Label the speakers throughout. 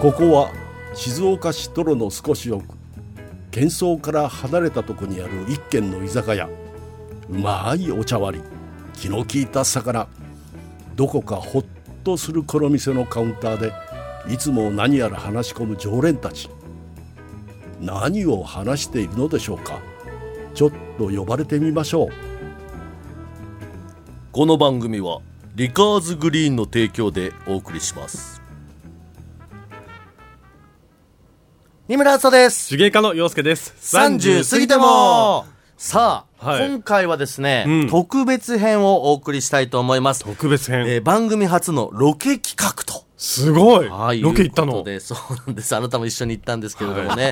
Speaker 1: ここは静岡市泥の少し奥喧騒から離れたとこにある一軒の居酒屋うまいお茶割り気の利いた魚どこかほっとするこの店のカウンターでいつも何やら話し込む常連たち何を話しているのでしょうかちょっと呼ばれてみましょう
Speaker 2: この番組はリカーズグリーンの提供でお送りします
Speaker 3: 二村敦です
Speaker 4: 手芸家の陽介です。
Speaker 3: 30過ぎてもさあ、
Speaker 4: はい
Speaker 3: 今回はですね、
Speaker 4: うん
Speaker 3: 特別編をお送りしたいと思います、
Speaker 4: 特別編。
Speaker 3: えー番組初のロケ企画と
Speaker 4: すごい
Speaker 3: はい
Speaker 4: ロケ行った
Speaker 3: いうこ
Speaker 4: の
Speaker 3: とでそうなんです。あなたも一緒に行ったんですけれどもね。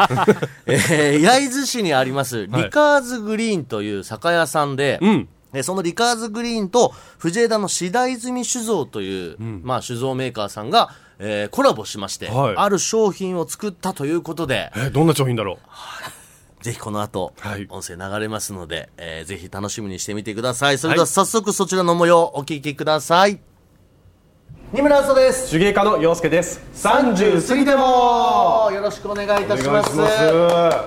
Speaker 3: えー焼津市にあります、
Speaker 4: はい
Speaker 3: リカーズグリーンという酒屋さんで、
Speaker 4: うん。
Speaker 3: えーそのリカーズグリーンと藤枝の志田泉酒造という、まあ酒造メーカーさんが、えーコラボしまして、
Speaker 4: はい
Speaker 3: ある商品を作ったということで、
Speaker 4: え、どんな商品だろ
Speaker 3: ぜひこの後、
Speaker 4: はい
Speaker 3: 音声流れますので、えーぜひ楽しみにしてみてください。それでは早速そちらの模様お聞きください。二村麻です
Speaker 4: う。手芸家の陽介です。
Speaker 3: 30過ぎてもよろしくお願いいたします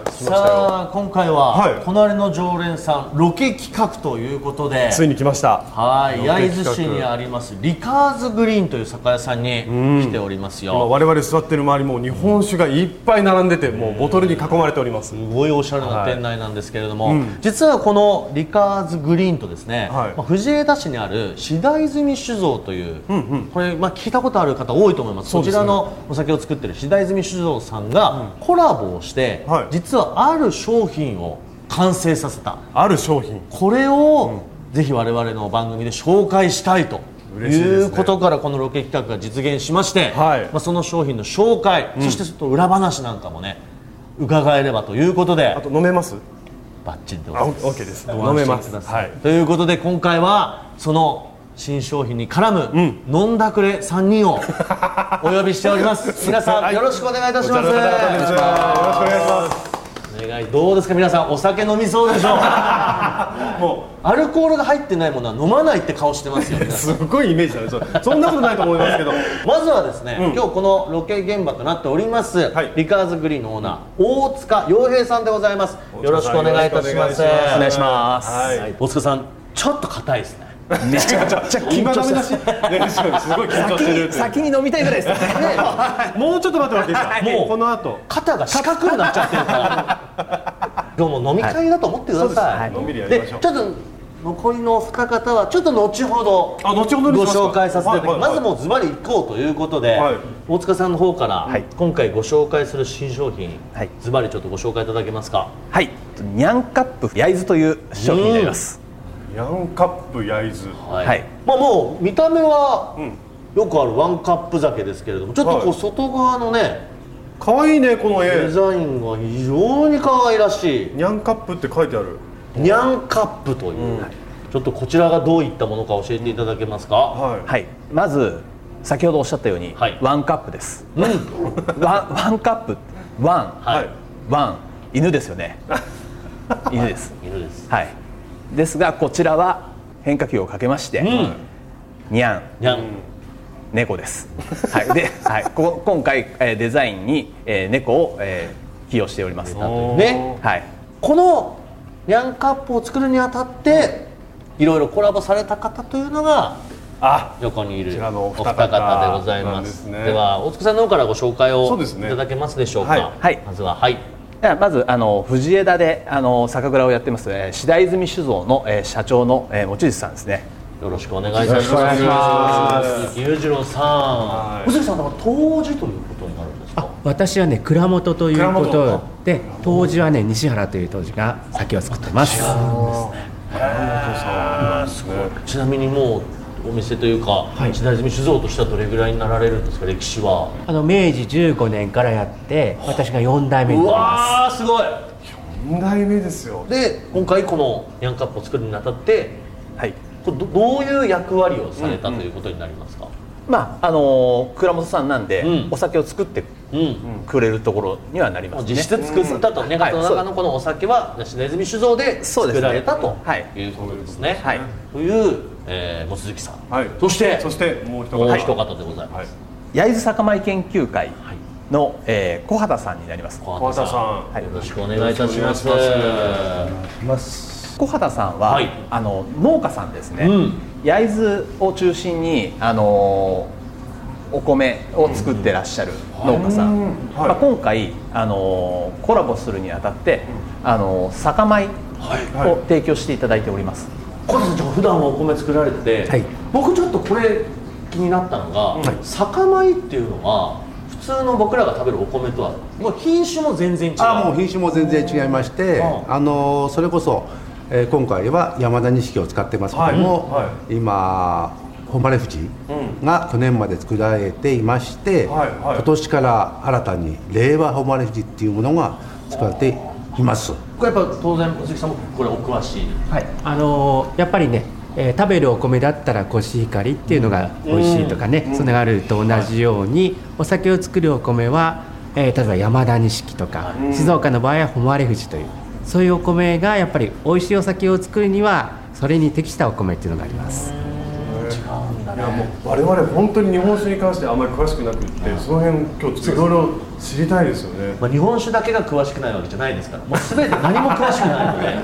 Speaker 3: さあ今回
Speaker 4: は
Speaker 3: はい隣の常連さんロケ企画ということで
Speaker 4: ついに来ました。
Speaker 3: はい
Speaker 4: ロケ
Speaker 3: 焼
Speaker 4: 企画
Speaker 3: 津市にありますリカーズグリーンという酒屋さんに来ております
Speaker 4: 今
Speaker 3: よ
Speaker 4: 我々座ってる周りもう日本酒がいっぱい並んでて、もうボトルに囲まれております。
Speaker 3: すごいおしゃれな店内なんですけれども、実はこのリカーズグリーンとですね、
Speaker 4: はい
Speaker 3: まあ藤枝市にある志田泉酒造という、これ、まあ、聞いたことある方多いと思います
Speaker 4: そう
Speaker 3: こ
Speaker 4: で
Speaker 3: ち
Speaker 4: すね
Speaker 3: らのお酒を作ってる志田泉酒造さんがコラボをして、
Speaker 4: はい
Speaker 3: 実はある商品を完成させた
Speaker 4: ある商品。
Speaker 3: これを、ぜひ我々の番組で紹介したいと。い
Speaker 4: 嬉しいですね
Speaker 3: うことからこのロケ企画が実現しまして、
Speaker 4: はい
Speaker 3: まあ、その商品の紹介、そしてちょっと裏話なんかもね伺えればということで
Speaker 4: あと飲めます
Speaker 3: バッチリでござ
Speaker 4: あ、
Speaker 3: い
Speaker 4: オ
Speaker 3: ま
Speaker 4: ッ
Speaker 3: す
Speaker 4: オッケーです。
Speaker 3: ご
Speaker 4: 飲
Speaker 3: 安
Speaker 4: め
Speaker 3: 心
Speaker 4: ます。
Speaker 3: くだ
Speaker 4: は
Speaker 3: さい
Speaker 4: い。
Speaker 3: ということで今回はその新商品に絡む、飲んだくれ3人をお呼びしており ます皆さんよろしくお願いいたします、
Speaker 4: こんにちはよろしくお願いし
Speaker 3: お願いどうですか皆さんお酒飲みそうでしょう
Speaker 4: も
Speaker 3: アルコールが入ってないものは飲まないって顔してますよ皆
Speaker 4: ます。
Speaker 3: さん
Speaker 4: すごいイメージだね。それそんなことないと思いますけど。
Speaker 3: まずはですね、今日このロケ現場となっております、
Speaker 4: はい
Speaker 3: リカーズグリーンのオーナー大塚洋平さんでございますよろしくお願いいたします
Speaker 4: よろしくお願い
Speaker 3: しますはい大塚さんちょっと硬いですね
Speaker 5: めちゃくちゃ緊張してます
Speaker 4: ねすごい緊張してるって。
Speaker 5: 先に飲みたいぐらいですね
Speaker 4: もうちょっと待って待っていいですか。もうこの後。
Speaker 3: 肩が四角くなっちゃってるから今日も飲み会だと思ってください、
Speaker 4: はいそうですはいのんびりやり
Speaker 3: で
Speaker 4: まし
Speaker 3: ち
Speaker 4: ょ
Speaker 3: ょ
Speaker 4: う
Speaker 3: っと残りのお二方はちょっと後ほど
Speaker 4: あ後ほどに
Speaker 3: ご
Speaker 4: しますか
Speaker 3: 紹介させていただきます、
Speaker 4: はいはいは
Speaker 3: まず
Speaker 4: い
Speaker 3: もうズバリ行こうということで、
Speaker 4: はい
Speaker 3: 大塚さんの方から、
Speaker 5: はい
Speaker 3: 今回ご紹介する新商品、
Speaker 5: はい
Speaker 3: ズバリちょっとご紹介いただけますか
Speaker 5: はいニャンカップ焼津という商品になります
Speaker 4: ヤンカップ焼津。
Speaker 3: はい、
Speaker 5: はい
Speaker 3: まあもう見た目は、よくあるワンカップ酒ですけれどもちょっとこ
Speaker 4: は
Speaker 3: う
Speaker 4: い
Speaker 3: 外側のね、
Speaker 4: 可愛いねこの
Speaker 3: デ
Speaker 4: 絵。
Speaker 3: ザインが非常に可愛らしい
Speaker 4: ニャンカップって書いてある。
Speaker 3: ニャンカップという、ちょっとこちらがどういったものか教えていただけますか、
Speaker 4: はい。
Speaker 5: はいまず先ほどおっしゃったように、
Speaker 3: はい
Speaker 5: ワンカップです
Speaker 3: うんはい
Speaker 5: ワンワンカップワ
Speaker 4: はい
Speaker 5: ンワン犬ですよね犬です
Speaker 3: 犬です
Speaker 5: はいですがこちらは変化球をかけまして、ニャン
Speaker 3: ニャン、
Speaker 5: 猫です。はい、で、はい、ここ今回、えーデザインに、えー猫を、えー起用しております。は
Speaker 3: ね
Speaker 5: い、
Speaker 3: このニャンカップを作るにあたっていろいろコラボされた方というのが
Speaker 4: あ、
Speaker 3: 横にいる
Speaker 4: ちらの
Speaker 3: お
Speaker 4: お
Speaker 3: 二
Speaker 4: 二
Speaker 3: 方
Speaker 4: 方
Speaker 3: でございます
Speaker 4: なんですね
Speaker 3: では大塚さんの方からご紹介を
Speaker 4: そうです
Speaker 3: い
Speaker 4: ね
Speaker 3: ただけますでしょうか
Speaker 4: はい
Speaker 5: はい
Speaker 3: まずははい
Speaker 5: ではまずあの藤枝であの酒蔵をやってます、えー、志田泉酒造の、えー社長の、えー、持内さんですね。
Speaker 3: よろしくお願いいたし
Speaker 4: よろしくお願いし
Speaker 3: ま。
Speaker 4: ます
Speaker 3: 裕次郎さん、
Speaker 4: い
Speaker 3: 宇崎さんは当時ということになるんですか。
Speaker 6: 私はね蔵元というこ
Speaker 4: 蔵
Speaker 6: とで当時はね西原という当時が酒を作ってます
Speaker 3: すごいちなみにもうお店というか、
Speaker 6: い
Speaker 3: 千田泉酒造としてはどれぐらいになられるんですか歴史は
Speaker 6: あの明治15年からやって私が4代目に
Speaker 3: う
Speaker 6: なりま
Speaker 3: わーすごい
Speaker 4: 二代目ですよ。
Speaker 3: で今回このヤンカップを作るにあたって
Speaker 5: はい。
Speaker 3: これどどういう役割をされたということになりますか
Speaker 5: まああのー倉本さんなんで、
Speaker 3: うん
Speaker 5: お酒を作って
Speaker 3: うん、
Speaker 5: くれるところにはなり
Speaker 3: も
Speaker 5: ま
Speaker 3: う
Speaker 5: すね。
Speaker 3: 実質作ったと、ね、
Speaker 5: はい
Speaker 3: その中のこのお酒は千田泉酒造で
Speaker 5: そう
Speaker 3: 作
Speaker 5: ですね
Speaker 3: られたと
Speaker 5: はい
Speaker 3: いうことですね
Speaker 5: はい。
Speaker 3: という、えー、望月さん、
Speaker 4: はい。
Speaker 3: そして
Speaker 4: そしてもう一方。
Speaker 3: もう一方でございます、
Speaker 4: はい。
Speaker 5: 焼津酒米研究会の、えー小畑さんになります
Speaker 4: 小畑さ
Speaker 5: はい
Speaker 3: よろしくお願いいたします。
Speaker 4: よろしくお
Speaker 5: 小畑さんは、
Speaker 3: はい
Speaker 5: あの農家さんですね、
Speaker 3: うん
Speaker 5: 焼津を中心に、あのーお米を作ってらっしゃる農家さん、まあ、今回、あのーコラボするにあたって、あのー酒米を提供していただいております、
Speaker 3: 小田さんちょっと普段はお米作られてて、
Speaker 6: はい
Speaker 3: 僕ちょっとこれ気になったのが、酒米っていうのは普通の僕らが食べるお米とはもう品種も全然違う
Speaker 7: あもう品種も全然違いまして、
Speaker 3: うん
Speaker 7: あのそれこそ、えー今回は山田錦を使ってますけども、
Speaker 4: はいは
Speaker 7: 今誉富士が去年まで作られていまして、
Speaker 4: はいはい
Speaker 7: 今年から新たに令和誉富士っていうものが作られています。
Speaker 3: これやっぱ当然鈴木さんもこれお詳しい
Speaker 6: はい、あのーやっぱりね、えー食べるお米だったらコシヒカリっていうのが美味しいとかね、それがあると同じように、お酒を作るお米は、えー例えば山田錦とか、静岡の場合は誉富士というそういうお米がやっぱり美味しいお酒を作るにはそれに適したお米っていうのがあります。
Speaker 4: んいやもう我々本当に日本酒に関してあまり詳しくなくってその辺今日いろいろ知りたいですよね
Speaker 3: まあ、日本酒だけが詳しくないわけじゃないですからもう全て何も詳しくないので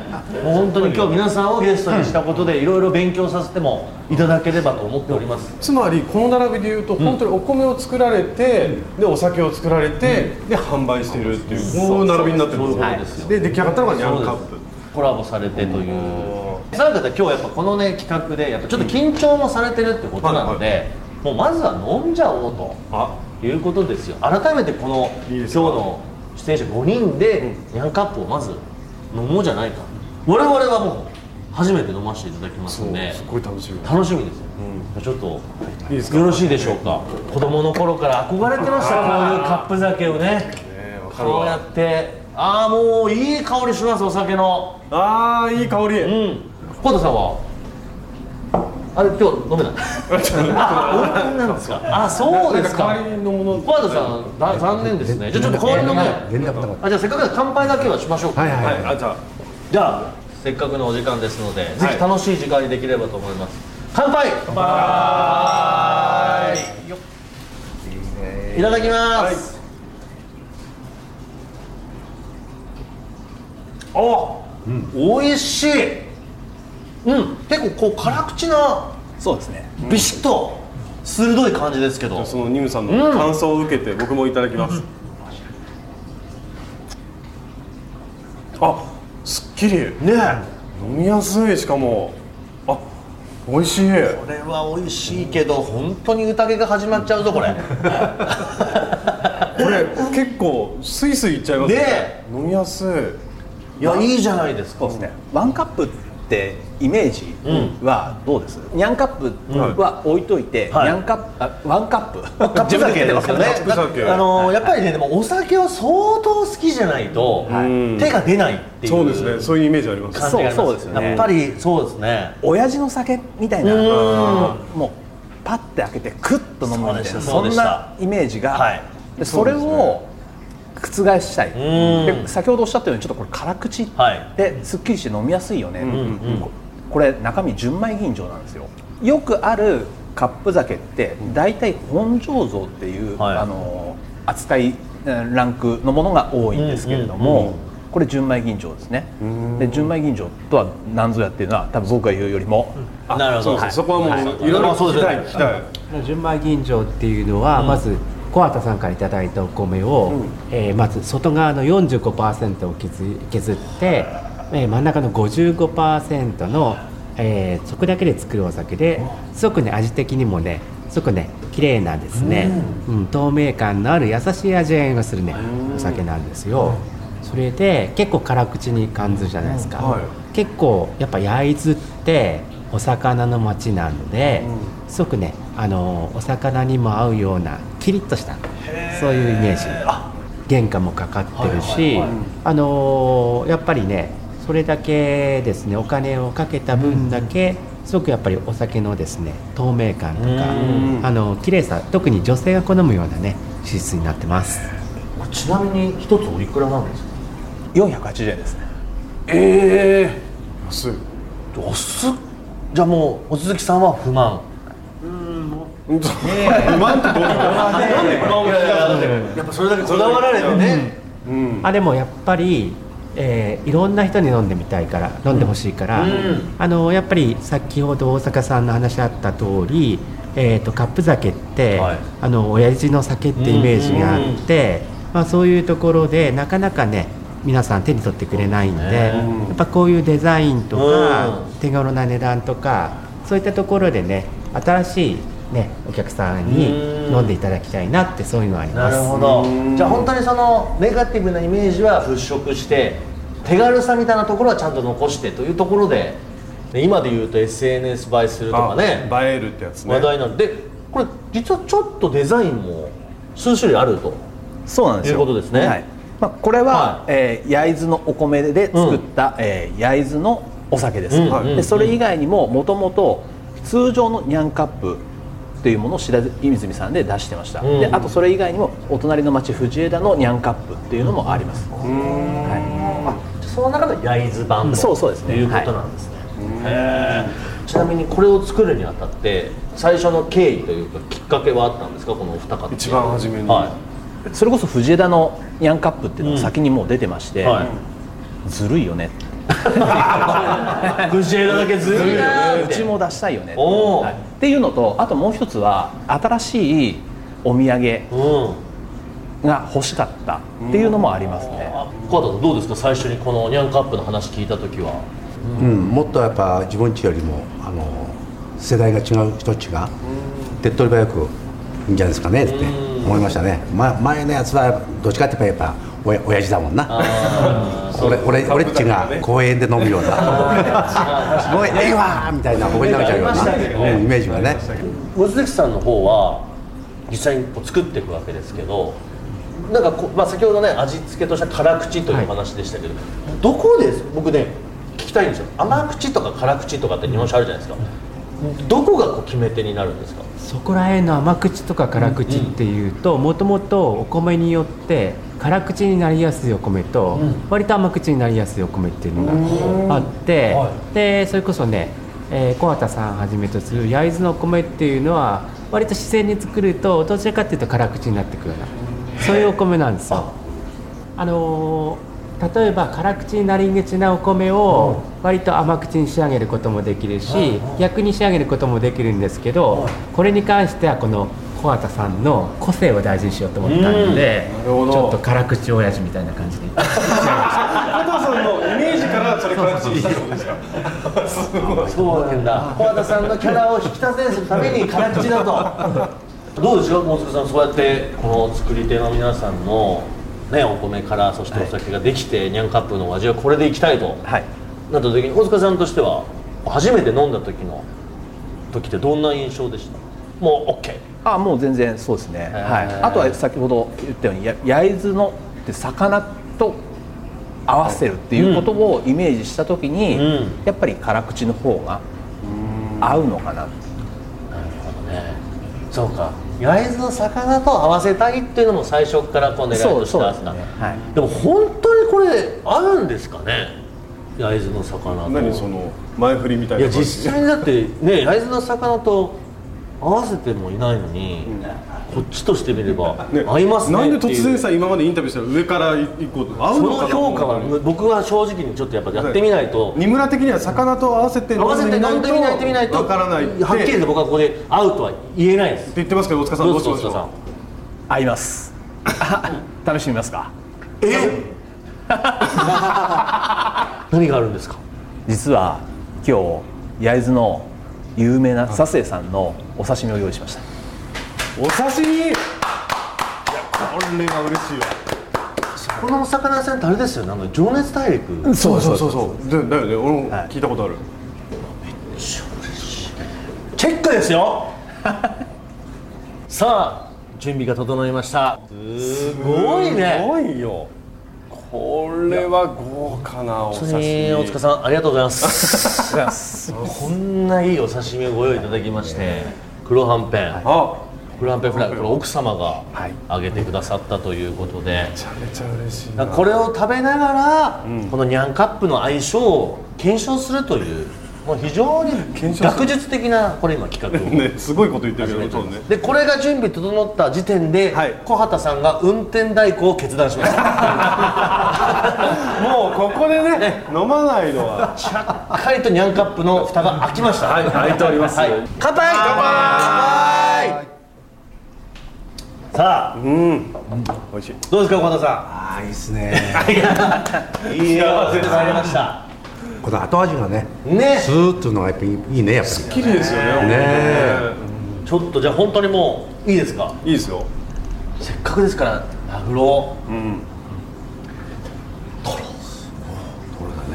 Speaker 3: もう本当に今日皆さんをゲストにしたことでいろいろ勉強させてもいただければと思っております
Speaker 4: つまりこの並びで言うと本当にお米を作られて、でお酒を作られて、で販売しているっていうこういう並びになってるんですよ
Speaker 3: そうですよ
Speaker 4: で出来上がったのがニャンカップ
Speaker 3: コラボされてというさらに今日やっぱこのね企画でやっぱちょっと緊張もされてるってことなので、も
Speaker 4: は
Speaker 3: うまずは飲んじゃおう
Speaker 4: あ
Speaker 3: ということですよ改めてこの
Speaker 4: いい
Speaker 3: 今
Speaker 4: で
Speaker 3: 日
Speaker 4: すか
Speaker 3: の出演者5人でニャンカップをまず飲もうじゃないか我々はもう初めて飲ませていただきます
Speaker 4: そ
Speaker 3: ん
Speaker 4: う
Speaker 3: です
Speaker 4: ごい楽しみ
Speaker 3: 楽しみですよ、ちょっと
Speaker 4: いいですか
Speaker 3: よろしいでしょうか子供の頃から憧れてましたこういうカップ酒をね
Speaker 4: ねわかる
Speaker 3: こうや
Speaker 4: わ
Speaker 3: ってああもういい香りしますお酒の
Speaker 4: あーいい香り、
Speaker 3: うん。コートさんは。あれ今日飲めない。あ、お飲みなんですか。あ、そうです
Speaker 4: な
Speaker 3: か
Speaker 4: んか代わ。りのもの
Speaker 3: コートさん、だ残念ですね。じゃあちょっと代わりのね。
Speaker 7: 連絡なかっ
Speaker 3: あ、じゃあせっかくだから乾杯だけはしましょうか。
Speaker 7: た。はいはい、
Speaker 4: は
Speaker 7: はいい、
Speaker 4: あじゃあ
Speaker 3: じゃあせっかくのお時間ですので、ぜひ楽しい時間にできればと思います。乾杯。乾杯。いただきます。お、美味しい。うん、結構こう辛口な
Speaker 5: そうですね
Speaker 3: ビシッと鋭い感じですけど。
Speaker 4: そのニムさんの感想を受けて僕もいただきます、あすっきり
Speaker 3: ね
Speaker 4: 飲みやすいしかもあ美味しい
Speaker 3: これは美味しいけど本当に宴が始まっちゃうぞこれ。
Speaker 4: これ結構スイスイいっちゃいますね
Speaker 3: ね
Speaker 4: 飲みやすい
Speaker 3: いやいいじゃないですか。
Speaker 5: そうですねワンカップってイメージはどうです、ニャンカップは置いといて、
Speaker 3: はい
Speaker 5: ニャンカップあワンカップ
Speaker 3: カップ酒ですよね
Speaker 4: カップ酒
Speaker 3: あのーやっぱりねでもお酒は相当好きじゃないと
Speaker 4: い
Speaker 3: 手が出ないっていう
Speaker 4: そうですねそういうイメージあります
Speaker 3: 感じがあります
Speaker 5: そうそうですよね
Speaker 3: やっぱりそうですね
Speaker 5: 親父の酒みたいな
Speaker 3: うん
Speaker 5: もうパッて開けてクッと飲むみたいな
Speaker 3: そ
Speaker 5: そう
Speaker 3: で
Speaker 5: ん
Speaker 3: した
Speaker 5: なイメージが、
Speaker 3: はい
Speaker 5: でそれを覆したい
Speaker 3: ん
Speaker 5: で先ほどおっしゃったようにちょっとこれ辛口
Speaker 3: はい
Speaker 5: ですっきりして飲みやすいよね、ここれ中身純米吟醸なんですよよくあるカップ酒って大体本醸造っていう、
Speaker 3: はい
Speaker 5: あの扱いえーランクのものが多いんですけれども、これ純米吟醸ですねで純米吟醸とは何ぞやっていうのは多分僕が言うよりも
Speaker 3: なるほど
Speaker 4: そうそうそこはもういろいろ聞きたい聞きたい
Speaker 6: 純米吟醸っていうのは、まず小畑さんからいただいたお米を、えーまず外側の45%を削り削って、えー真ん中の55%の、えーそこだけで作るお酒ですごくね味的にもねすごくね綺麗なんですね、うん透明感のある優しい味わいがするねお酒なんですよ。それで結構辛口に感じるじゃないですか、
Speaker 4: はい
Speaker 6: 結構やっぱ焼津ってお魚の町なので、すごくねあのお魚にも合うようなキリッとしたそういうイメージ原価もかかってるし、あのやっぱりねそれだけですねお金をかけた分だけ、すごくやっぱりお酒のですね透明感とかあの綺麗さ特に女性が好むようなね資質になってます。
Speaker 3: ちなみに一つおいくらなんですか
Speaker 5: 480円ですね
Speaker 4: 安い
Speaker 3: おすじゃあもうお鈴木さんは不満
Speaker 4: マントどういうなんで今を聞かせて
Speaker 3: やっぱそれだけこだわられてね、
Speaker 4: うん
Speaker 6: あれもやっぱり、えーいろんな人に飲んでみたいから飲んでほしいから、
Speaker 3: うん
Speaker 6: あのやっぱり先ほど大阪さんの話あった通り、えー、とカップ酒って、
Speaker 3: はい
Speaker 6: あの親父の酒ってイメージがあって、まあ、そういうところでなかなかね皆さん手に取ってくれないんで、
Speaker 3: そうね
Speaker 6: やっぱこういうデザインとか、
Speaker 3: う
Speaker 6: 手頃な値段とかそういったところでね新しい、ね、お客さんに
Speaker 3: うん
Speaker 6: 飲んでいただきたいなってそういうのはあり
Speaker 3: な
Speaker 6: ます
Speaker 3: る。ほど
Speaker 4: うん
Speaker 3: じゃあ本当にそのネガティブなイメージは払拭して手軽さみたいなところはちゃんと残してというところでで今で言うと SNS 映えするとかね
Speaker 4: あ映えるってやつね
Speaker 3: 話題なんででこれ実はちょっとデザインも数種類あると
Speaker 5: そうなんですよ
Speaker 3: いうことですね
Speaker 5: はいまあ、これは、
Speaker 3: はい
Speaker 5: えー焼津のお米で作った、えー焼津のお酒です、
Speaker 3: うんはい
Speaker 5: でそれ以外にももともと通常のニャンカップというものを白泉さんで出してました、
Speaker 3: うん
Speaker 5: であとそれ以外にもお隣の町藤枝のニャンカップっていうのもあります、
Speaker 3: その中の焼津版と
Speaker 5: そうそうですね
Speaker 3: いうことなんですね、へーちなみにこれを作るにあたって最初の経緯というかきっかけはあったんですかこのお二方
Speaker 4: 一番初めに
Speaker 3: は
Speaker 5: それこそ藤枝のニャンカップっていうのが先にもう出てまし
Speaker 3: い、
Speaker 5: て、
Speaker 3: はい
Speaker 5: ずるいよね
Speaker 3: 藤枝だけずるいなー
Speaker 5: う
Speaker 3: って
Speaker 5: ちも出したいよね、
Speaker 3: おー
Speaker 5: はいっていうのとあともう一つは新しいお土産
Speaker 3: うん
Speaker 5: が欲しかったっていうのもありますね、
Speaker 3: あ川田さんどうですか最初にこのニャンカップの話聞いた時は
Speaker 7: うん、もっとやっぱ自分家よりもあの世代が違う人たちが手っ取り早くいいんじゃないですかねって思いましたね、ま、前のやつはどっちかって言えばやっぱおや親父だもんな俺俺俺っちが公園で飲むような「もうええわ!」みたいな僕になっちゃうよう
Speaker 3: ありましたけど
Speaker 7: な、
Speaker 3: ね
Speaker 7: うんイメージがね
Speaker 3: 望月さんの方は実際にこう作っていくわけですけどなんかこう、まあ、先ほどね味付けとしては辛口という話でしたけど、どこです僕ね聞きたいんですよ甘口とか辛口とかって日本酒あるじゃないですかどこがこう決め手になるんですか
Speaker 6: そこら辺の甘口とか辛口っていうともともとお米によって辛口になりやすいお米と割と甘口になりやすいお米っていうのがあって
Speaker 3: は
Speaker 6: でそれこそね、えー小畑さんはじめとする焼津のお米っていうのは割と自然に作るとどちらかっていうと辛口になってくるようなそういうお米なんですよ。あのー例えば辛口になりがちなお米を割と甘口に仕上げることもできるし、逆に仕上げることもできるんですけど、これに関してはこの小畑さんの個性を大事にしようと思ったので、
Speaker 4: うんなるほど
Speaker 6: ちょっと辛口親父みたいな感じで
Speaker 4: 加藤さんのイメージからそれから小さいことですか
Speaker 3: そうなんだ小畑さんのキャラを引き立てするために辛口だとどうですか大塚さんそうやってこの作り手の皆さんの、ね、お米からそしてお酒ができて、ニャンカップのお味はこれでいきたいと、
Speaker 5: はい
Speaker 3: なった時に大塚さんとしては初めて飲んだ時の時ってどんな印象でしたもう OK
Speaker 5: あもう全然そうですね、
Speaker 3: ー
Speaker 5: はい、あとは先ほど言ったようにや焼津のって魚と合わせるっていうことをイメージした時に、
Speaker 3: うん
Speaker 5: やっぱり辛口の方が合うのかな
Speaker 3: ねそうか焼津の魚と合わせたいっていうのも最初からこう狙い
Speaker 5: そ
Speaker 3: と
Speaker 5: う
Speaker 3: して
Speaker 5: そう
Speaker 3: あ
Speaker 5: で
Speaker 3: っ
Speaker 5: す
Speaker 3: た
Speaker 5: ね、はい、
Speaker 3: でも本当にこれ合うんですかね焼津の魚と
Speaker 4: 何その前振りみたい
Speaker 3: い
Speaker 4: な
Speaker 3: や実際にだってね焼津の魚と合わせてもいないのに、こっちとしてみれば、合いますね
Speaker 4: なんで
Speaker 3: っていう
Speaker 4: 突然さ今までインタビューしたら上から行こうと合
Speaker 3: そう
Speaker 4: の
Speaker 3: の
Speaker 4: かと
Speaker 3: 評
Speaker 4: 思った
Speaker 3: 価
Speaker 4: の
Speaker 3: は
Speaker 4: に
Speaker 3: 僕は正直にちょっとやっぱやってみないと、
Speaker 4: 二村的には魚と合わせて
Speaker 3: 合わせて飲んでみないと見ないと
Speaker 4: わからない
Speaker 3: はっきり
Speaker 4: って
Speaker 3: と僕はここで合うとは言えないです
Speaker 4: 言ってますけど大塚さん
Speaker 3: どう
Speaker 4: どう
Speaker 3: し
Speaker 4: し
Speaker 3: ま
Speaker 4: ま
Speaker 3: し
Speaker 4: し
Speaker 3: ょ
Speaker 4: ょ
Speaker 3: う
Speaker 4: う
Speaker 3: さん
Speaker 5: 合います試してみますか
Speaker 3: 何があるんですか
Speaker 5: 実は今日焼津の有名な佐世さんのお刺身を用意しました
Speaker 4: お刺身いやこれは嬉しいわ
Speaker 3: このお魚屋さんってあれですよねあの情熱大陸めっ
Speaker 4: そうそうそうそうでだよね俺も
Speaker 5: はい
Speaker 4: 聞いたことある、
Speaker 3: ちゃ美味しいチェックですよ さあ準備が整いましたすごいね
Speaker 4: すごいよこれは豪華なお
Speaker 3: 本
Speaker 4: 刺
Speaker 3: 当に
Speaker 4: 身
Speaker 3: 大塚さんありがとうございますこんないいお刺身をご用意いただきまして黒はんぺん
Speaker 4: あ
Speaker 3: 黒はんぺんフライこれ奥様が揚げてくださったということで
Speaker 4: めちゃめちゃ嬉しい
Speaker 3: だか
Speaker 4: な
Speaker 3: らこれを食べながらこのニャンカップの相性を検証するというもう非常に学術的なこれ今企画を
Speaker 4: ねすごいこと言ってるけ
Speaker 3: 始
Speaker 4: ど
Speaker 3: めて
Speaker 4: そう
Speaker 3: ま
Speaker 4: ね
Speaker 3: すでこれが準備整った時点で、
Speaker 4: はい
Speaker 3: 小畑さんが運転代行を決断しました
Speaker 4: もうここでね飲まないのは
Speaker 3: しゃっかりとニャンカップの蓋が開きましたはい開いております、乾杯乾杯さあ、
Speaker 4: 美味しい
Speaker 3: どうですか小畑さ
Speaker 7: ああいいですね
Speaker 3: んいいよ出てまいりました
Speaker 7: この後味がね
Speaker 3: ね
Speaker 7: スーッというのがやっぱりいいねやっぱ
Speaker 4: 綺麗ですよね
Speaker 7: りね
Speaker 3: ちょっとじゃあ本当にもういいですか
Speaker 4: いいですよ
Speaker 3: せっかくですからマグロうんトロトロ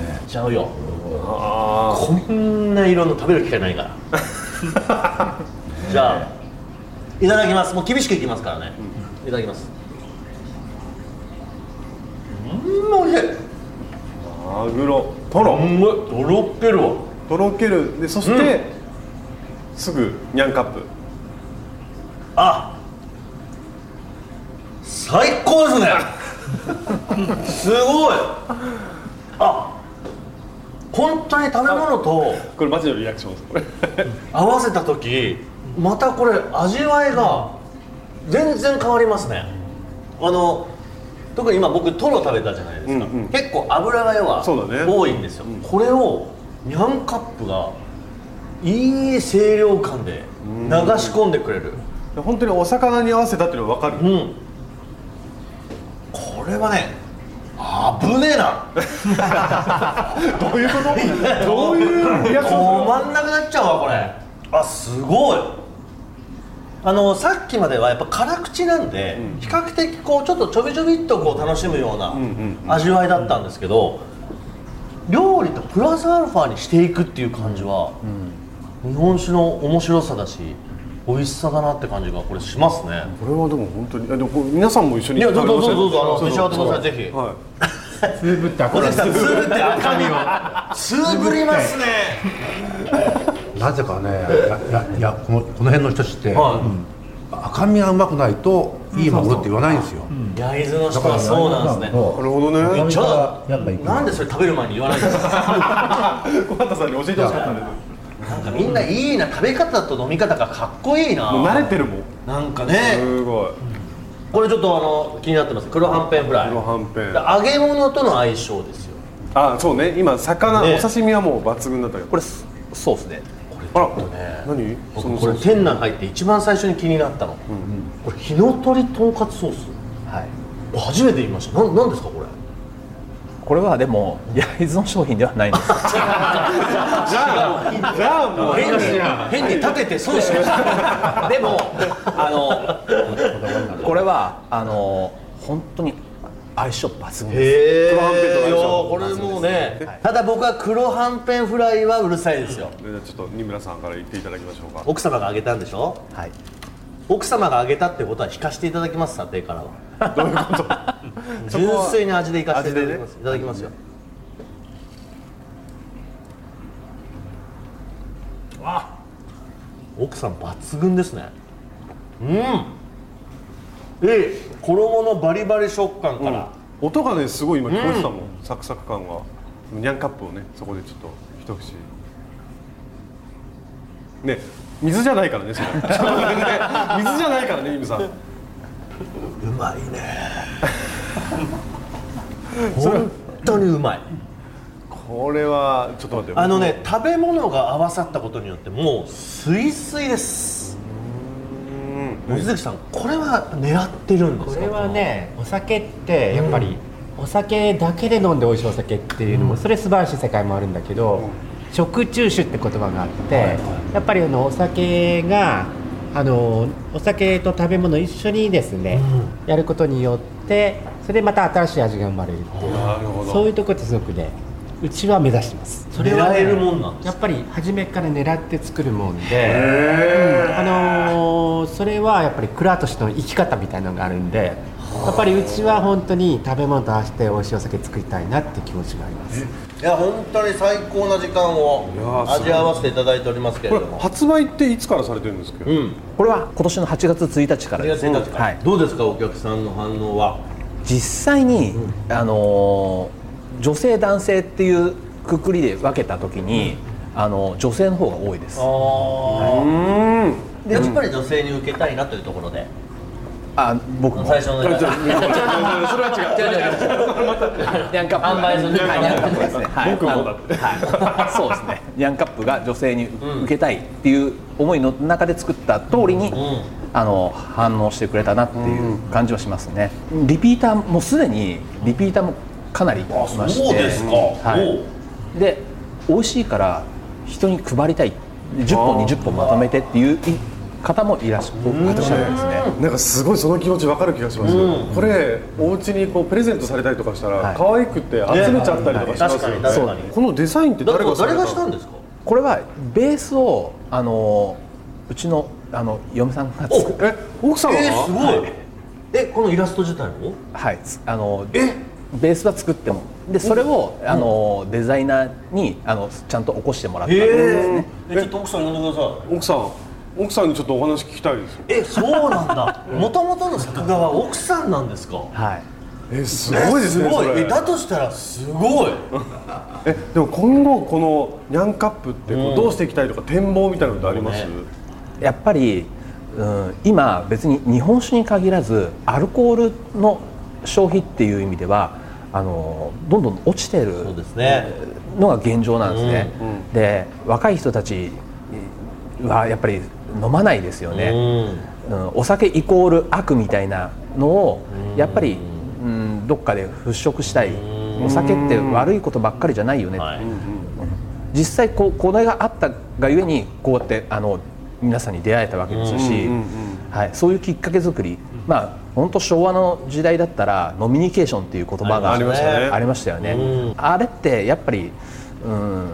Speaker 3: だねちゃうよこんな色の食べる機会ないから じゃあいただきますもう厳しくいきますからね、いただきますうんおいしい
Speaker 4: マグロトロ、
Speaker 3: うまいとろけるわ
Speaker 4: とろけるでそして、すぐニャンカップ
Speaker 3: あ最高ですねすごいあ本当に食べ物と
Speaker 4: これマジのリアクションですこれ
Speaker 3: 合わせた時またこれ味わいが全然変わりますねあの特に今僕トロ食べたじゃないですか、
Speaker 4: うんうん
Speaker 3: 結構油が要は
Speaker 4: そうだね
Speaker 3: 多いんですよ、これをニャンカップがいい清涼感で流し込んでくれる、
Speaker 4: 本当にお魚に合わせたっていうのが 分かる
Speaker 3: うんこれはね危ねえなどういうこと
Speaker 4: どういうリアクション
Speaker 3: 止まんなくなっちゃうわこれあすごいあのさっきまではやっぱ辛口なんで、比較的こうちょっとちょびちょびっとこう楽しむような味わいだったんですけど、料理とプラスアルファにしていくっていう感じは、日本酒の面白さだし美味しさだなって感じがこれしますね、
Speaker 4: これはでも本当にあでもこれ皆さんも一緒に
Speaker 3: いやどうぞ
Speaker 4: 食べまし
Speaker 3: どうぞどうぞあの
Speaker 4: そう
Speaker 3: 召し上
Speaker 4: そ
Speaker 3: がってくだ
Speaker 4: う
Speaker 3: さいぜひ
Speaker 4: は
Speaker 6: スープって
Speaker 3: 小関
Speaker 6: 赤だ
Speaker 3: さんつぶって赤身をつぶりますね
Speaker 7: なぜかねやややこのこの辺の人たちって、
Speaker 3: は
Speaker 7: 赤身がうまくないといいマグロって言わないんですよ、
Speaker 3: い焼津の人はそうなんですね
Speaker 4: いなるほどね
Speaker 3: ちょ
Speaker 7: やっぱ行く
Speaker 3: なんでそれ食べる前に言わないんですか
Speaker 4: 小畑さんに教えてほしかったんです
Speaker 3: なんかみんないいな食べ方と飲み方がかっこいいな
Speaker 4: もう慣れてるもん
Speaker 3: なんかね
Speaker 4: すごい
Speaker 3: これちょっとあの気になってます黒はんぺんフライ
Speaker 4: 黒はんぺん
Speaker 3: 揚げ物との相性ですよ
Speaker 4: あそうね今魚、
Speaker 3: ね
Speaker 4: お刺身はもう抜群だったけどこれ
Speaker 5: そうですね
Speaker 4: あら、何その
Speaker 3: これ店内入って一番最初に気になったのこれ火の鳥とんかつソース
Speaker 5: はい
Speaker 3: 初めて見ましたなんなんですかこれ
Speaker 5: これはでも焼津の商品ではないんです
Speaker 4: じゃあじゃあもう
Speaker 3: 変に変に立てて損しました
Speaker 5: でもあのこれはあの本当に相性抜群
Speaker 3: へえ
Speaker 5: です
Speaker 4: 黒はんぺんと相性
Speaker 3: これもうねただ僕は黒はんぺんフライはうるさいですよ
Speaker 4: じゃあちょっと二村さんから言っていただきましょうか
Speaker 3: 奥様があげたんでしょ
Speaker 5: はい
Speaker 3: 奥様があげたってことは引かしていただきます査定からはどういうこと 純粋に味でいかせていただきます、いただきますよあ奥さん抜群ですねうんええ衣のバリバリ食感から、
Speaker 4: 音がねすごい今聞こえてたもん、サクサク感がニャンカップをねそこでちょっと一口ね水じゃないからねそれ水じゃないからねイムさん
Speaker 3: うまい ね本当にうまい
Speaker 4: これはちょっと待って
Speaker 3: あのね食べ物が合わさったことによってもうスイスイです望月さんこれは狙ってるんで
Speaker 6: こ
Speaker 3: すか
Speaker 6: れはねお酒ってやっぱりお酒だけで飲んで美味しいお酒っていうのもそれ素晴らしい世界もあるんだけど食中酒って言葉があってやっぱりあのお酒があのお酒と食べ物を一緒にですねやることによってそれでまた新しい味が生まれるっていう
Speaker 4: なるほど
Speaker 6: そういうとこってすごくねうちは目指してます
Speaker 3: それは狙えるもんなんです
Speaker 6: や
Speaker 3: か
Speaker 6: っぱり初めから狙って作るもんで、うんあのーそれはやっぱり蔵としての生き方みたいなのがあるんでやっぱりうちは本当に食べ物と合わせて美味しいお酒作りたいなって気持ちがあります
Speaker 3: いや本当に最高な時間を
Speaker 4: やー
Speaker 3: 味わわせていただいておりますけ
Speaker 4: こ
Speaker 3: れ
Speaker 4: れ
Speaker 3: ども
Speaker 4: 発売っていつからされてるんですけど、
Speaker 5: これは今年の8月1日から
Speaker 3: 2
Speaker 5: で
Speaker 3: 月
Speaker 5: す、
Speaker 3: 1日から、
Speaker 5: はい、
Speaker 3: どうですかお客さんの反応は
Speaker 5: 実際に、あのー女性男性っていうくくりで分けた時に、あの女性の方が多いです
Speaker 3: でやっぱり女性に受けたいなというところで
Speaker 5: あ僕も
Speaker 3: 最初の販
Speaker 5: ニャンカップ
Speaker 3: 売する
Speaker 5: はいニャンカップで すね、はい、
Speaker 4: 僕もだって
Speaker 5: あのはい、 そうですねニャンカップが女性に受けたいっていう思いの中で作った通りに、あの反応してくれたなっていう感じはしますねリピーターもすでにリピーターもかなりいまして
Speaker 3: そうですかお
Speaker 5: はい、で美味しいから人に配りたい10本20本まとめてっていう方もいらっしゃるんですね
Speaker 4: なんかすごいその気持ちわかる気がします、これお家にこうプレゼントされたりとかしたら、
Speaker 5: はい
Speaker 4: 可愛くて集めちゃったりとかしますよね、
Speaker 3: ね確かに確かに
Speaker 4: そうこのデザインって誰
Speaker 3: 誰
Speaker 4: が
Speaker 3: が
Speaker 4: され
Speaker 3: 誰
Speaker 4: た
Speaker 3: がしたんですか
Speaker 5: これはベースをあのうちのあの嫁さんが作っ
Speaker 4: え奥さんが、
Speaker 3: えー、すごいえこのイラスト自体も
Speaker 5: はいつあのベースは作ってもでそれをあのデザイナーにあのちゃんと起こしてもらったんですね
Speaker 3: えちょっと奥さん呼んでください
Speaker 4: 奥さん奥さんにちょっとお話聞きたいです
Speaker 3: えそうなん だもともとの作画は奥さんなんですか
Speaker 5: はい
Speaker 4: えすごいですね
Speaker 3: すごい
Speaker 4: それ
Speaker 3: えだとしたらすごい
Speaker 4: えでも今後このニャンカップってこうどうしていきたいとか展望みたいなのってあります、
Speaker 3: ね
Speaker 5: やっぱり、うん、今別に日本酒に限らずアルコールの消費っていう意味ではあのどんどん落ちてる
Speaker 3: そうですね
Speaker 5: のが現状なんですね、で若い人たちはやっぱり飲まないですよね、
Speaker 3: うん
Speaker 5: うんお酒イコール悪みたいなのをやっぱり、うん、どっかで払拭したいお酒って悪いことばっかりじゃないよね、
Speaker 3: はい
Speaker 5: 実際こうこれがあったがゆえにこうやってあの皆さんに出会えたわけですし、はい、そういうきっかけ作り、まあ本当昭和の時代だったらノミニケーションっていう言葉が
Speaker 4: ありましたね
Speaker 5: ありましたよね、あれってやっぱり、うん、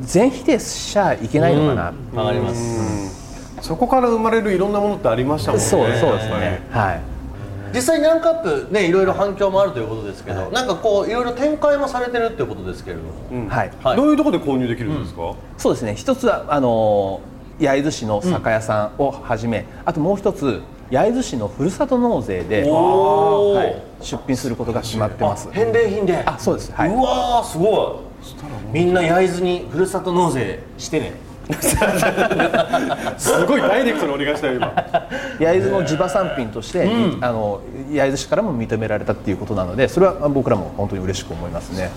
Speaker 5: 全否定しちゃいけないのかな、
Speaker 3: わかります
Speaker 4: そこから生まれるいろんなものってありましたもんね
Speaker 5: そうそうです
Speaker 4: やっぱり
Speaker 5: ね、はい
Speaker 3: 実際にランカップねいろいろ反響もあるということですけど、なんかこういろいろ展開もされてるっていうことですけれども、
Speaker 5: はい、
Speaker 3: はい
Speaker 4: どういうところで購入できるんですか、
Speaker 5: そうですね一つはあの焼津市の酒屋さんをはじめ、あともう一つ焼津市のふるさと納税で、
Speaker 3: おー
Speaker 5: はい出品することが決まってます
Speaker 3: 返礼品で
Speaker 5: あそうですはいう
Speaker 3: わーすごいみんな焼津にふるさと納税してね
Speaker 4: すごいダイレクトにお願いしたよ今
Speaker 5: 焼津の地場産品として、あの焼津市からも認められたっていうことなのでそれは僕らも本当に嬉しく思いますね、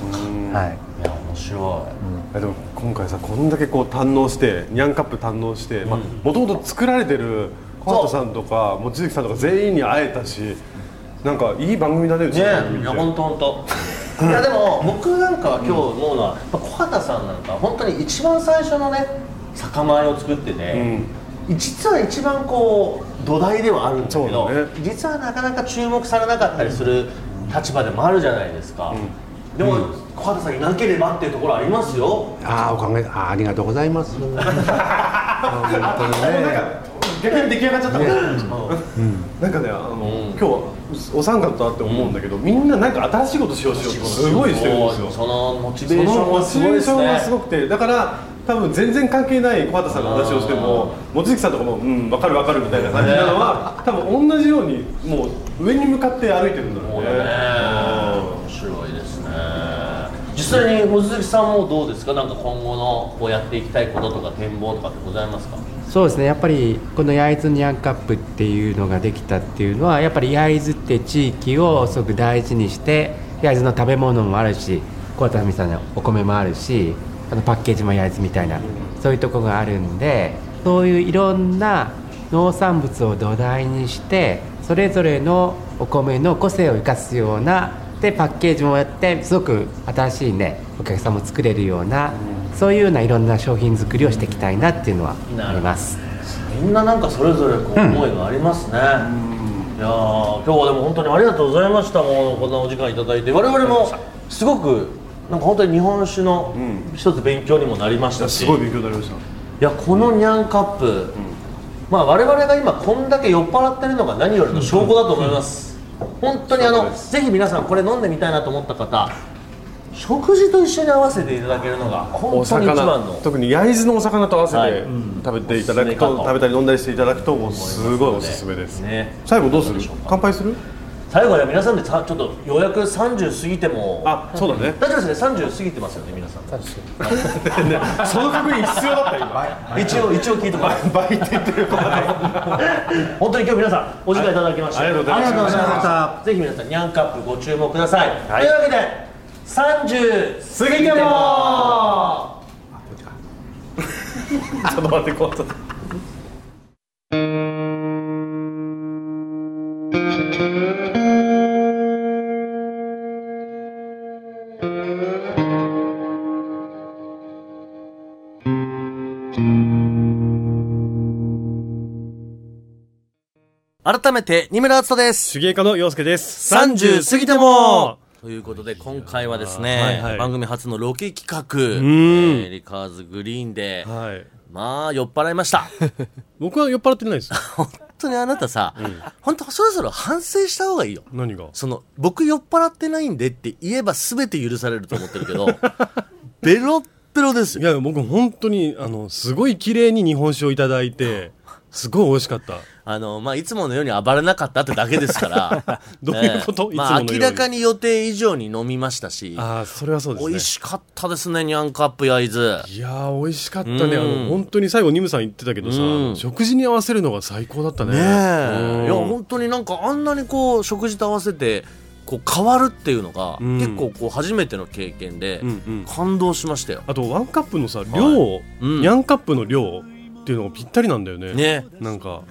Speaker 5: はい
Speaker 3: いや面白
Speaker 4: えでも今回さこんだけこう堪能してニャンカップ堪能してもともと作られてるカートさんとか望月さんとか全員に会えたしなんかいい番組だねう
Speaker 3: い
Speaker 4: ちの番組
Speaker 3: ね
Speaker 4: っ
Speaker 3: い
Speaker 4: て
Speaker 3: や本当本当いやでも僕なんかは今日思うのは、やっぱ小畑さんなんかは本当に一番最初のね酒米を作ってて、実は一番こう土台ではあるんだけ
Speaker 4: そう
Speaker 3: ど
Speaker 4: だね
Speaker 3: 実はなかなか注目されなかったりする立場でもあるじゃないですか、でも、小畑さんいなければっていうところありますよ
Speaker 7: ああおかげあーありがとうございます本当にね
Speaker 3: 逆に出来上がっちゃった
Speaker 4: なんかねあの、今日お三方と会って思うんだけど、みんななんか新しいことしようしようってすごいしてるんですよ
Speaker 3: そのモチベ
Speaker 4: そ
Speaker 3: ーシ
Speaker 4: の
Speaker 3: ョン
Speaker 4: モ
Speaker 3: がす
Speaker 4: チ
Speaker 3: ごい
Speaker 4: ベー
Speaker 3: で
Speaker 4: シ
Speaker 3: す
Speaker 4: ョンが
Speaker 3: ね
Speaker 4: すごくてだから多分全然関係ない小畑さんの話をしても望月さんとかも「うん分かる分かる」みたいな感じなのは多分同じようにもう上に向かって歩いてるんだろうね
Speaker 3: 面白いですね実際に望月さんもどうですかなんか今後のこうやっていきたいこととか展望とかってございますか
Speaker 6: そうですねやっぱりこの焼津ニャンカップっていうのができたっていうのはやっぱり焼津って地域をすごく大事にして焼津の食べ物もあるし小田文さんのお米もあるしあのパッケージも焼津みたいなそういうとこがあるんでそういういろんな農産物を土台にしてそれぞれのお米の個性を生かすようなでパッケージもやってすごく新しいねお客さんも作れるようなそういうようないろんな商品作りをしていきたいなっていうのはあります。
Speaker 3: みんななんかそれぞれこう思いがありますね、いやー今日はでも本当にありがとうございましたもうこんなお時間いただいて我々もすごくなんか本当に日本酒の一つ勉強にもなりましたし、
Speaker 4: すごい勉強になりました
Speaker 3: いやこのニャンカップ、まあ我々が今こんだけ酔っ払ってるのが何よりの証拠だと思います、本当にあのぜひ皆さんこれ飲んでみたいなと思った方食事と一緒に合わせていただけるのが本
Speaker 4: お
Speaker 3: 当に一
Speaker 4: 魚
Speaker 3: 番の
Speaker 4: 特に焼津のお魚と合わせて、
Speaker 3: はい
Speaker 4: 食べていただく
Speaker 3: おすすめか
Speaker 4: と
Speaker 3: と
Speaker 4: 食べたり飲んだりしていただくともうすごいおすすめです、
Speaker 3: ね
Speaker 4: 最後どうする乾杯する
Speaker 8: 最後は皆さんでさちょっとようやく30過ぎても
Speaker 4: あそうだね
Speaker 8: 大丈夫ですね30過ぎてますよね皆さん
Speaker 4: その確認必要だった今
Speaker 8: 一応一応聞いてもらう
Speaker 4: 売店ということで
Speaker 8: 本当に今日皆さんお時間いただきまして、
Speaker 4: ありがとうございました
Speaker 8: したぜひ皆さんニャンカップご注目ください、というわけで30過ぎても
Speaker 4: ちょっと待ってこうちょっと
Speaker 3: 改めて、二村敦人です。
Speaker 4: 手芸家の洋介です
Speaker 3: 30過ぎてもということで、今回はですね、
Speaker 4: はいはい
Speaker 3: 番組初のロケ企画、
Speaker 4: ん
Speaker 3: えーリカーズグリーンで、
Speaker 4: はい
Speaker 3: まあ、酔っ払いました。
Speaker 4: 僕は酔っ払ってないです
Speaker 3: 本当にあなたさ、本当そろそろ反省した方がいいよ。
Speaker 4: 何が
Speaker 3: その、僕酔っ払ってないんでって言えば全て許されると思ってるけど、 ベロッベロです
Speaker 4: い
Speaker 3: よ。
Speaker 4: や僕本当にあのすごい綺麗に日本酒をいただいてすごい美味しかった
Speaker 3: あの、まあ、いつものように暴れなかったってだけですから。
Speaker 4: どういうこと
Speaker 3: ええまあ、
Speaker 4: いつ
Speaker 3: 明
Speaker 4: ものように
Speaker 3: らかに予定以上に飲みましたし、
Speaker 4: ああそれはそうですね
Speaker 3: 美味しかったですね、ニャンカップ焼津。
Speaker 4: いやー美味しかったね、
Speaker 3: うん
Speaker 4: あの本当に最後ニムさん言ってたけどさ、
Speaker 3: うん
Speaker 4: 食事に合わせるのが最高だったね
Speaker 3: ね
Speaker 4: うん
Speaker 3: え。いや、本当になんかあんなにこう、食事と合わせて、こう変わるっていうのが、
Speaker 4: ん
Speaker 3: 結構こう初めての経験で、
Speaker 4: うんうん
Speaker 3: 感動しましたよ。
Speaker 4: あとワンカップのさ量、
Speaker 3: うん
Speaker 4: ニャンカップの量っていうのがぴったりなんだよね
Speaker 3: ね
Speaker 4: なんか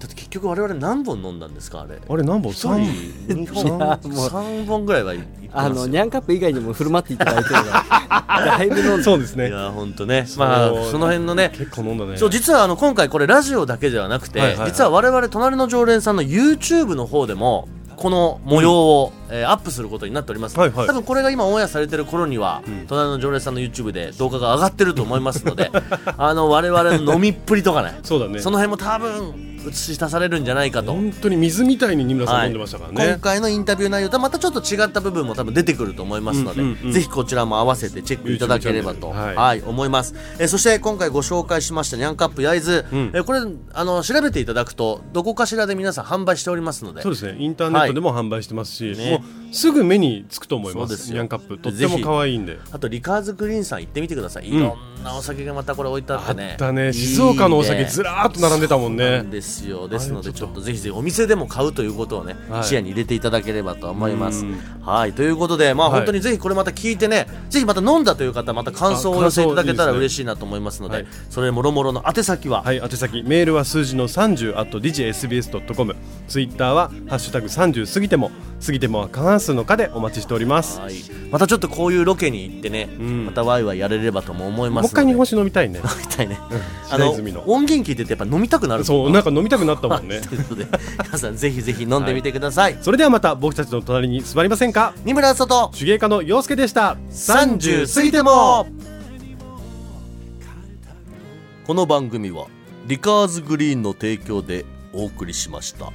Speaker 3: だって結局我々何本飲んだんですかあれ。
Speaker 4: あれ何本
Speaker 3: 三
Speaker 4: 3
Speaker 3: 本三本ぐらいはいってますよ
Speaker 6: あのニャンカップ以外にも振る舞っていただい てるからだいぶ飲んで
Speaker 4: そうです
Speaker 3: い
Speaker 4: ね
Speaker 3: や本当ね。まあ
Speaker 4: そう
Speaker 3: その辺のね。
Speaker 4: 結構飲んだね
Speaker 3: そう実はあの今回これラジオだけではなくて、
Speaker 4: はいはいはい
Speaker 3: 実は我々隣の常連さんの YouTube の方でもこの模様を、えーアップすることになっております、
Speaker 4: はいはい
Speaker 3: 多分これが今オンエアされてる頃には、隣の常連さんの YouTube で動画が上がってると思います のであの我々の飲みっぷりとかね
Speaker 4: そうだね
Speaker 3: その辺も多分映し出されるんじゃないかと
Speaker 4: 本当に水みたいにニムラさん
Speaker 3: はい
Speaker 4: 飲んでましたからね、
Speaker 3: 今回のインタビュー内容とはまたちょっと違った部分も多分出てくると思いますので、
Speaker 4: うんうんうん
Speaker 3: ぜひこちらも合わせてチェックいただければと、
Speaker 4: YouTube チャンネ
Speaker 3: はい
Speaker 4: ルは
Speaker 3: 思います、えーそして今回ご紹介しましたニャンカップ焼津、
Speaker 4: ん
Speaker 3: えーこれあの調べていただくとどこかしらで皆さん販売しておりますので
Speaker 4: そうですねインターネットでも販売してますし、
Speaker 3: ね
Speaker 4: もうすぐ目につくと思いま
Speaker 3: そう
Speaker 4: す
Speaker 3: ですよ
Speaker 4: ニャンカップとって
Speaker 3: ぜ
Speaker 4: も
Speaker 3: ひ
Speaker 4: 可愛いんで
Speaker 3: あとリカーズグリーンさん行ってみてください、いろんなお酒がまたこれ置いてあってね
Speaker 4: だね静岡のお酒ずらーっと並んでたもん
Speaker 3: な
Speaker 4: ね
Speaker 3: んですよですのでちょっとぜひぜひお店でも買うということをね、視野に入れていただければと思いますはいということでまあ
Speaker 4: はい
Speaker 3: 本当にぜひこれまた聞いてね、ぜひまた飲んだという方また感想をお寄せいただけたら
Speaker 4: あ感想いいです
Speaker 3: 嬉
Speaker 4: ね
Speaker 3: しいなと思いますので
Speaker 4: はい
Speaker 3: それもろもろの宛先は、
Speaker 4: はい、宛先メールは数字の30 at digsbs.com ツイッターは「ハッシュタグ #30 過ぎても」過ぎてもは過半数の課でお待ちしております
Speaker 3: はいまたちょっとこういうロケに行ってね、
Speaker 4: ん
Speaker 3: またワイワイやれればとも思い
Speaker 4: も
Speaker 3: ま
Speaker 4: う
Speaker 3: すの
Speaker 4: 一
Speaker 3: で
Speaker 4: 回日本酒飲みたいね
Speaker 3: みたいね、あ
Speaker 4: 白
Speaker 3: の
Speaker 4: 泉の
Speaker 3: 音源聞いててやっぱ飲みたくなる
Speaker 4: そうなんか飲みたくなったも んね
Speaker 3: ということで皆さんぜひぜひ飲んでみてください、
Speaker 4: それではまた僕たちの隣に座りませんか
Speaker 3: 二村敦人
Speaker 4: 手芸家の洋介でした
Speaker 3: 30過ぎてもこの番組はリカーズグリーンの提供でお送りしました。